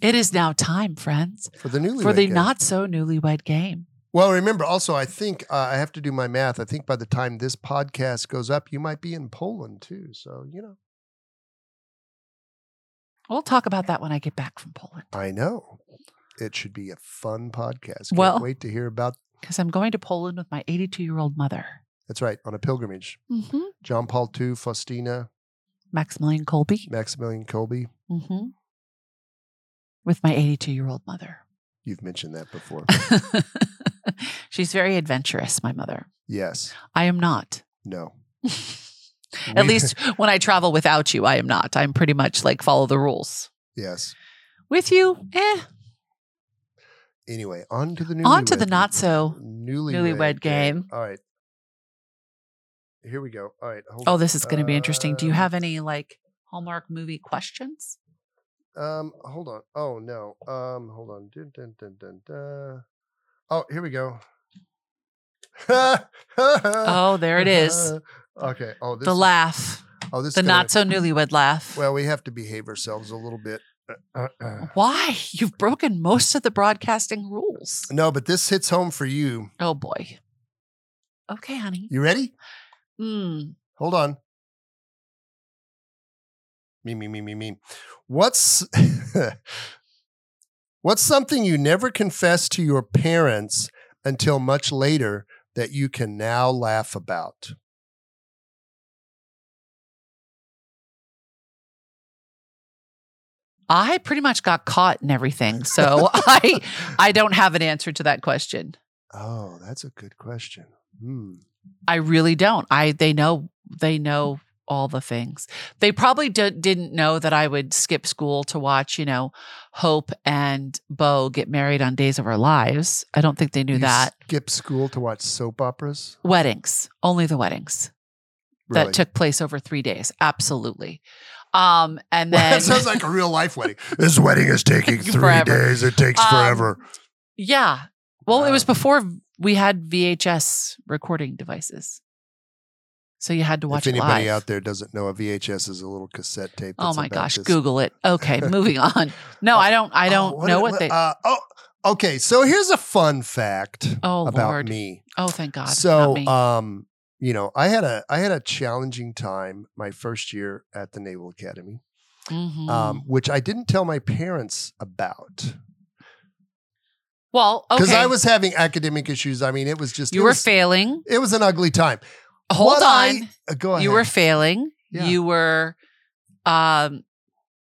It is now time, friends,
for the newly
for the not so newlywed game.
Well, remember also, I think uh, I have to do my math. I think by the time this podcast goes up, you might be in Poland too. So, you know,
We'll talk about that when I get back from Poland
I know. It should be a fun podcast. Can't
Well-
wait to hear about.
because I'm going to Poland with my 82 year old mother,
That's right, on a pilgrimage.
hmm
John Paul II, Faustina,
Maximilian Colby,
Maximilian Kolbe.
hmm with my 82 year old mother.
You've mentioned that before.
[LAUGHS] She's very adventurous, my mother.
yes.
I am
[LAUGHS]
not.
No.
At
We-
least when I travel without you, I am not. I'm pretty much like follow the rules.
[LAUGHS] Yes.
With you, eh,
Anyway, on to the new.
on to the not so.
newlywed,
newlywed game.
All right. Here we go. All right. hold
Oh,
on.
this is going to be interesting. Do you
Um,
have any like Hallmark movie questions?
Um, hold on. Oh no. Um, hold on. Dun, dun, dun, dun, dun. Oh, here we go. [LAUGHS] oh,
Oh, there it is.
okay. Oh, this
The
is-
laugh,
Oh, this
the
is
not
gonna-
so newlywed laugh.
Well, we have to behave ourselves a little bit. Uh, uh,
Oh.
uh.
Why? You've broken most of the broadcasting rules.
No, but this hits home for you.
Oh boy. Okay, honey.
You ready?
Mm.
Hold on. Me, me, me, me, me. What's [LAUGHS] what's something you never confessed to your parents until much later that you can now laugh about?
I pretty much got caught in
[LAUGHS]
everything, so Oh, [LAUGHS] I I don't have an answer to that question.
Oh, that's a good question. Hmm.
I really don't. I they know they know all the things. They probably d- didn't know that I would skip school to watch, you know, Hope and Bo get married on Days of Our Lives. I don't think they knew
You
that.
Skip school to watch soap operas.
Weddings, only the weddings
Really?
that took place over 3 days. Absolutely. Um
[LAUGHS]
and then
that sounds like a real life wedding. This wedding is
[LAUGHS]
taking three
Forever.
days. It takes
Um,
forever.
[LAUGHS] Yeah. Well, it was
Wow.
before we had VHS recording devices. So you had to watch
If
it
anybody
live.
out there doesn't know, a VHS is a little cassette tape.
Oh
that's
my
about
gosh,
this
Google it.
[LAUGHS]
Okay, moving on. No, I don't I
Oh,
don't know
it-
what they
Uh, oh, okay. So here's a fun fact
Oh
about
Lord.
me.
Oh thank God. not
so,
me.
um, you know, I had a I had a challenging time my first year at the Naval Academy,
Mhm.
um, which I didn't tell my parents about
well,
because
okay.
I was having academic issues. I mean, it was just
you
it
were
was-
failing.
it was an ugly time.
Hold
What I-
on.
Uh, go ahead.
you were failing.
Yeah.
You were um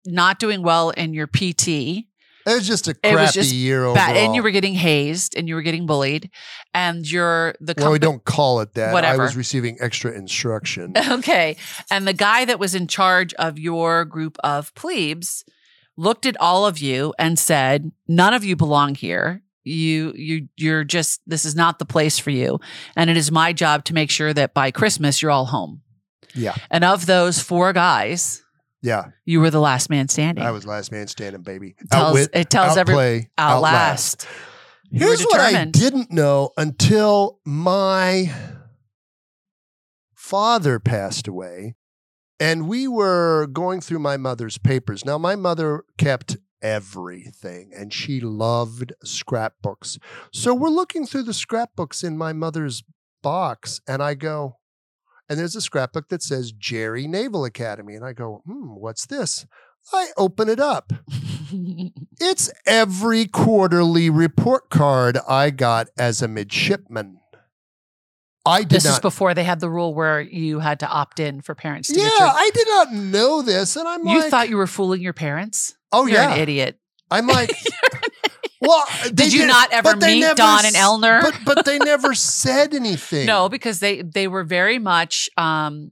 not doing well in your PT.
it was just a
was
crappy
just
year overall.
Bad, and you were getting hazed and you were getting bullied and your the
well, we
compa-
don't call it that. I was
Whatever.
receiving extra
[LAUGHS]
instruction.
Okay. And the guy that was in charge of your group of plebes looked at all of you and said, "None of you belong here. You you you're just this is not the place for you. And it is my job to make sure that by Christmas you're all home."
Yeah.
And of those four guys,
yeah,
you were the last man standing.
I was last man standing, baby.
It tells,
Outwit,
it tells everyone
outplay, outlast.
outlast. You were
Here's what I
[LAUGHS] determined.
didn't know until my father passed away and we were going through my mother's papers. Now, my mother kept everything and she loved scrapbooks. So we're looking through the scrapbooks in my mother's box and I go, and there's a scrapbook that says Jerry Naval Academy. And I go, hmm, what's this? I open it up. It's every quarterly report card I got as a midshipman. I did
this is
not.
before they had the rule where you had to opt in for parents to
yeah,
get your
I did not know this, and I'm
You
like,
thought you were fooling your parents?
oh
You're
yeah,
an idiot.
I'm
[LAUGHS]
like, well, they
Did you not ever
but they
meet
never
Don and
s-
Elner?
But but they
[LAUGHS]
never said anything.
no, because they they were very much um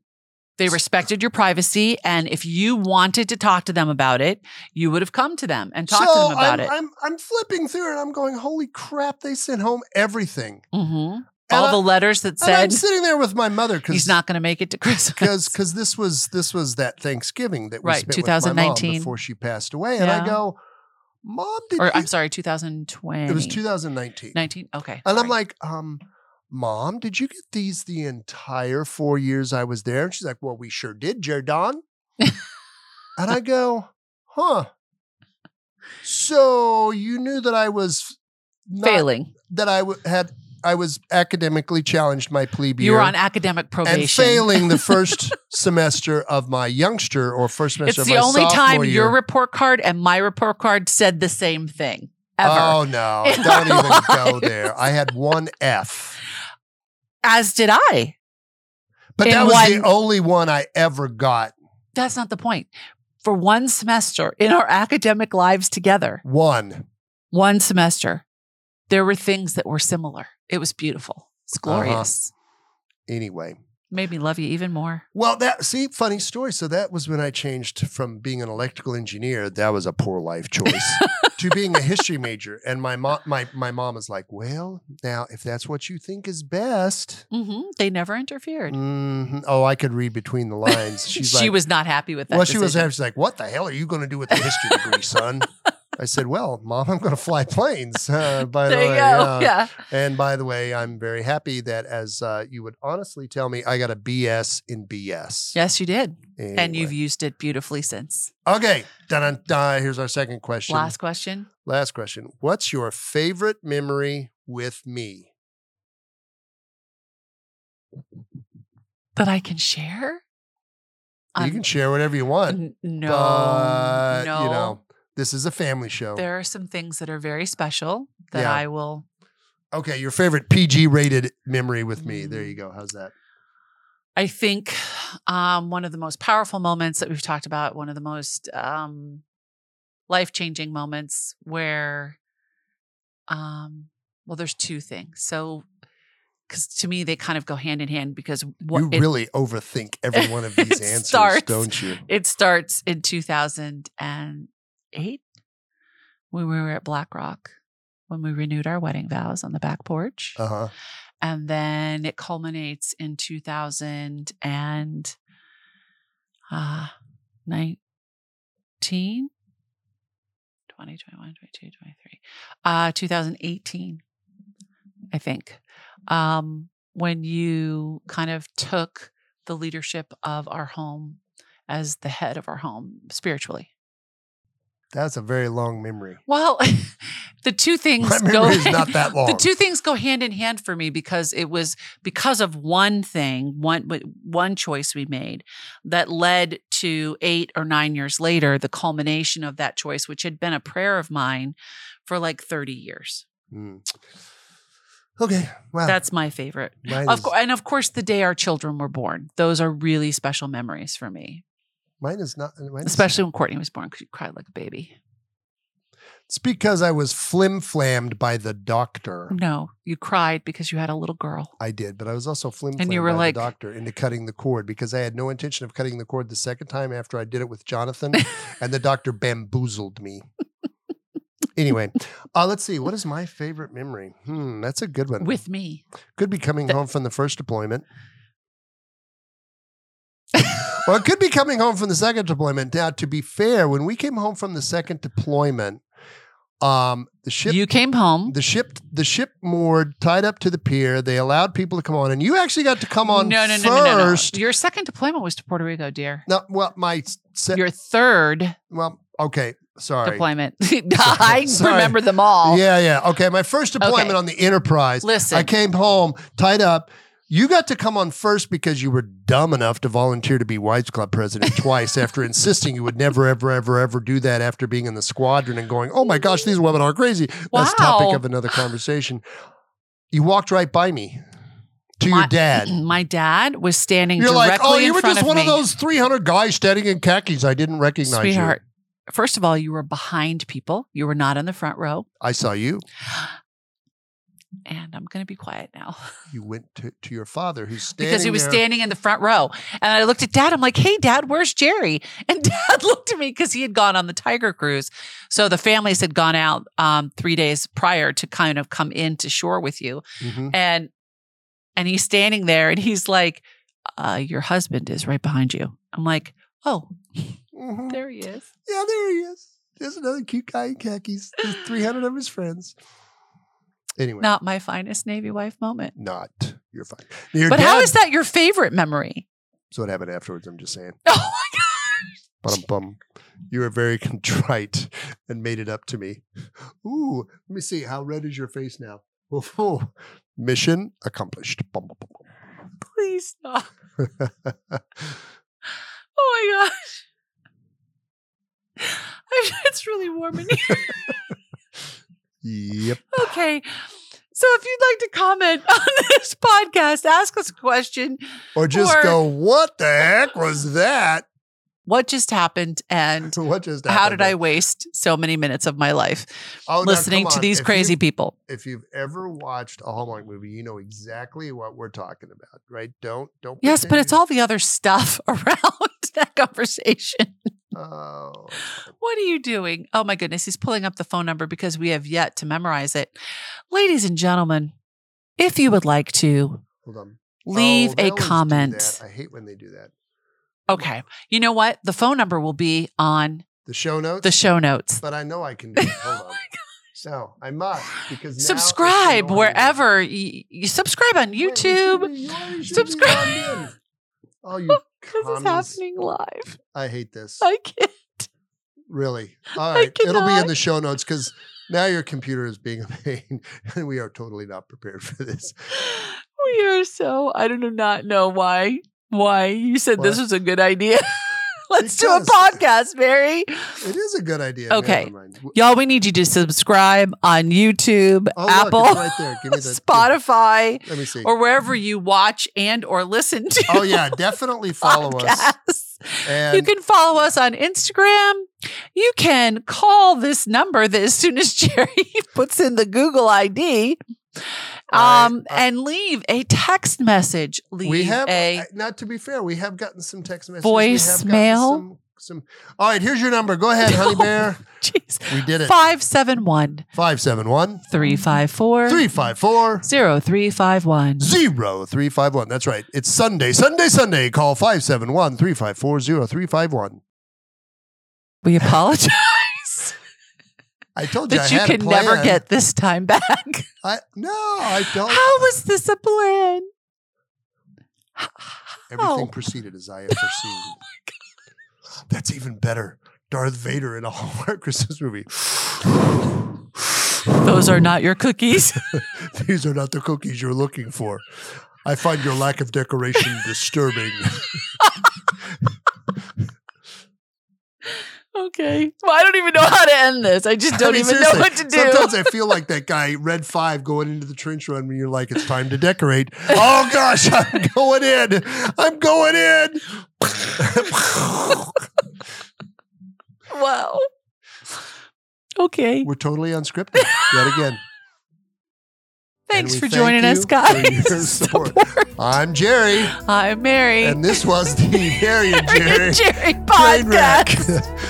they respected your privacy and if you wanted to talk to them about it, you would have come to them and talked
so
to them about
I'm,
it.
I'm I'm flipping through, and I'm going, holy crap! They sent home everything.
hmm
And
All
I-
the letters that
and I'm
said
sitting there with my mother because
he's not going to make it to Christmas. [LAUGHS]
because because this was this was that Thanksgiving that we
Right,
spent with my
2019.
mom before she passed away, and I
Yeah.
go, "Mom, did you-"
or I'm sorry, 2020.
it was 2019,
19. Okay.
and I'm
sorry.
like, um, Mom, did you get these the entire four years I was there?" And she's like, "Well, we sure did, Jordan." and
[LAUGHS]
I go, "Huh." So you knew that I was not,
failing.
that I w- had I was academically challenged my plebe
You
year
were on academic probation.
and failing the
[LAUGHS]
first semester of my youngster or first
It's
semester of
the
my
only
sophomore
time
year.
your report card and my report card said the same thing ever.
Oh
[LAUGHS]
no!
in
Don't even
our
go
lives.
there. I had one F,
As did I.
but
In
that was the
one-
only one I ever got.
That's not the point. For one semester in our academic lives together,
One.
one semester, there were things that were similar. It was beautiful. It's
Uh-huh.
glorious.
Anyway,
Made me love you even more.
well, that see, funny story. So that was when I changed from being an electrical engineer. That was a poor life choice.
[LAUGHS]
to being a history major, and my mom, my my mom is like, "Well, now if that's what you think is best,
hmm They never interfered.
Mhm. oh, I could read between the
[LAUGHS]
lines." She's
she
like,
was not happy with that.
well, she was.
decision.
She's like, "What the hell are you going to do with the history degree,
[LAUGHS]
son?" I said, "Well, mom, I'm going to fly planes." Uh, by
There
the
you
way,
go.
yeah.
yeah.
And by the way, I'm very happy that as uh, you would honestly tell me, I got a BS in BS.
Yes, you did. And you've
Anyway.
used it beautifully since.
okay. Dun, dun, dun. Here's our second question.
Last question.
Last question. What's your favorite memory with me?
That I can share?
you can share whatever you want,
N- no.
but
no.
you know this is a family show.
there are some things that are very special that
Yeah.
I will.
Okay, your favorite PG-rated memory with me.
Mm.
There you go. How's that?
I think um, one of the most powerful moments that we've talked about, one of the most um, life changing moments where, um, well, there's two things. So, because to me, they kind of go hand in hand because what
you
it-
really overthink every one
[LAUGHS]
of these
It
answers,
starts-
don't you?
It starts in 2008 when we were at BlackRock when we renewed our wedding vows on the back porch.
Uh huh.
And then it culminates in 2000 and uh, 19, 20, 21, 22, 23, uh, 2018, I think, um, when you kind of took the leadership of our home as the head of our home spiritually.
That's a very long memory.
Well, [LAUGHS] the two things
My
go
memory is
[LAUGHS]
not that long.
The two things go hand in hand for me because it was because of one thing, one one choice we made that led to 8 or 9 years later the culmination of that choice which had been a prayer of mine for like 30 years.
Mm. Okay. Wow.
That's my favorite.
mine
Of
Ah. is-
course, and of course the day our children were born. Those are really special memories for me,
Mine is not. uh, Mine is-
especially when Courtney was born cuz you cried like a baby.
it's because I was flim flammed by the doctor.
No, you cried because you had a little girl.
I did, but I was also flim
And
flammed
you were
by
like-
the doctor into cutting the cord because I had no intention of cutting the cord the second time after I did it with Jonathan, and the doctor bamboozled me. anyway, uh, let's see. What is my favorite memory? Hmm, that's a good one.
With me.
could be coming
Th-
home from the first
[LAUGHS]
deployment. well, it could be coming home from the second deployment. Now, to be fair, when we came home from the second deployment, um, the ship
you came home.
the ship the ship moored tied up to the pier. They allowed people to come on, and you actually got to come on
no, no, no,
first.
no, no, no. Your second deployment was to Puerto Rico, dear.
No, well, my se-
Your third
well, okay, sorry.
deployment. [LAUGHS] I
Sorry.
remember them all.
Yeah, yeah, okay. My first deployment
Okay.
on the Enterprise.
Listen,
I came home tied up. You got to come on first because you were dumb enough to volunteer to be Wives Club president twice after insisting you would never, ever, ever, ever do that after being in the squadron and going, oh my gosh, these women are crazy. That's topic
Wow.
of another conversation. You walked right by me to your
My- [CLEARS THROAT]
dad.
[CLEARS THROAT] my dad was standing
You're
directly
like, oh,
in
you were
front
just
of
one
me.
of those 300 guys standing in khakis. I didn't recognize
Sweetheart, first of all, you were behind people. You were not in the front row.
you. I saw you.
And I'm going to be quiet now [LAUGHS]
You went to, to your father who's standing
because he was
there.
standing in the front row. And I looked at dad. I'm like, hey, dad, where's Jerry? [LAUGHS] And dad looked at me because he had gone on the Tiger Cruise. So the families had gone out um, three days prior to kind of come into shore with you.
Mhm.
and and he's standing there and he's like uh, your husband is right behind you i'm like oh
Mhm.
there he is
Yeah, there he is. There's another cute guy in khakis. There's 300 of his friends. Anyway,
not my finest navy wife moment
not. You're fine. Your
but
dad,
how
[LAUGHS]
is that your favorite memory [LAUGHS]
So what happened afterwards, I'm just saying.
oh my god
Bum, bum. You were very [LAUGHS] contrite and made it up to me. Ooh, let me see. How red is your face now? [LAUGHS] Ooh, mission accomplished. Bum, bum,
please stop
bum, bum. [LAUGHS]
oh [LAUGHS] my gosh it's really warm in here [LAUGHS]
yep.
okay so if you'd like to comment [LAUGHS] on this podcast ask us a question
Or just
Or-
go, what the heck was that? [LAUGHS]
what just happened and
what just
how did
happened?
I waste so many minutes of my life
Oh, now,
listening
come
to
on.
these
If
crazy
you've-
people?
if you've ever watched a Hallmark movie, you know exactly what we're talking about, right? Don't don't.
Yes, but
pretend
it's all the other stuff [LAUGHS] around that conversation.
you- Oh,
What are you doing? Oh my goodness, he's pulling up the phone number because we have yet to memorize it. Ladies and gentlemen, if you would like to
hold on. Oh,
leave
they
a
always do that.
comment.
I hate when they do that.
Okay. You know what? The phone number will be on
The show notes.
the show notes.
but I know I can do it.
[LAUGHS]
Hold on. No, I must because now it's
Subscribe
annoying.
wherever you, you subscribe on
Wait, you should
YouTube.
be- you already should be
Subscribe.
logged in. Oh, you
[LAUGHS] This is
commies.
happening live.
I hate this.
I can't.
Really? All right. It'll be in
cannot.
the show notes because now your computer is being a pain [LAUGHS] and we are totally not prepared for this.
We are so I don't know not know why why you said this
What?
was a good idea. [LAUGHS] Let's
Because-
do a podcast, Mary.
It is a good idea.
Okay.
Never mind. W-
Y'all, we need you to subscribe on YouTube,
Oh, look,
Apple, [LAUGHS]
it's right there. Give me the
Spotify,
Let me see.
or wherever you watch and or listen to
oh
[LAUGHS]
yeah, definitely follow us.
podcasts.
And
you can follow us on Instagram. You can call this number that as soon as [LAUGHS] Jerry puts in the Google ID
I-
um,
I-
and leave a text message. Leave
we have
a
uh, not to be fair, we have gotten some text messages. We have
Voicemail?
gotten some, some all right, here's your number. Go ahead,
[LAUGHS]
honey
No.
bear.
jeez,
We did it.
571
571
354
354
0351.
0351. That's right. It's Sunday, Sunday, Sunday. Call 571 354 0351.
We
[LAUGHS]
apologize.
I told you I
that you
had a
can never
plan. Oh.
get this
[LAUGHS]
time back.
I, no, I don't.
How was this a plan? [SIGHS]
Everything
how?
proceeded as
[LAUGHS] Oh
I have foreseen. That's even better. Darth Vader in a [LAUGHS] Hallmark Christmas movie.
Those are not your cookies. [LAUGHS]
These are not the cookies you're looking for. I find your lack of
[LAUGHS]
decoration disturbing. [LAUGHS]
okay. Well, I don't even know how to end this. I just
I
don't
mean,
even know
seriously,
what to do.
Sometimes I feel like that guy, Red Five, going into the trench run when you're like, it's time to decorate. oh gosh,
[LAUGHS]
I'm going in. I'm going in.
[LAUGHS] wow. Okay.
We're totally unscripted yet again.
Thanks
we
for
thank
joining
you
us,
for
guys. [LAUGHS]
your support.
Support.
I'm Jerry,
I'm Mary.
and this was the Harry and
[LAUGHS] Mary
Jerry
and Jerry
train wreck.
podcast.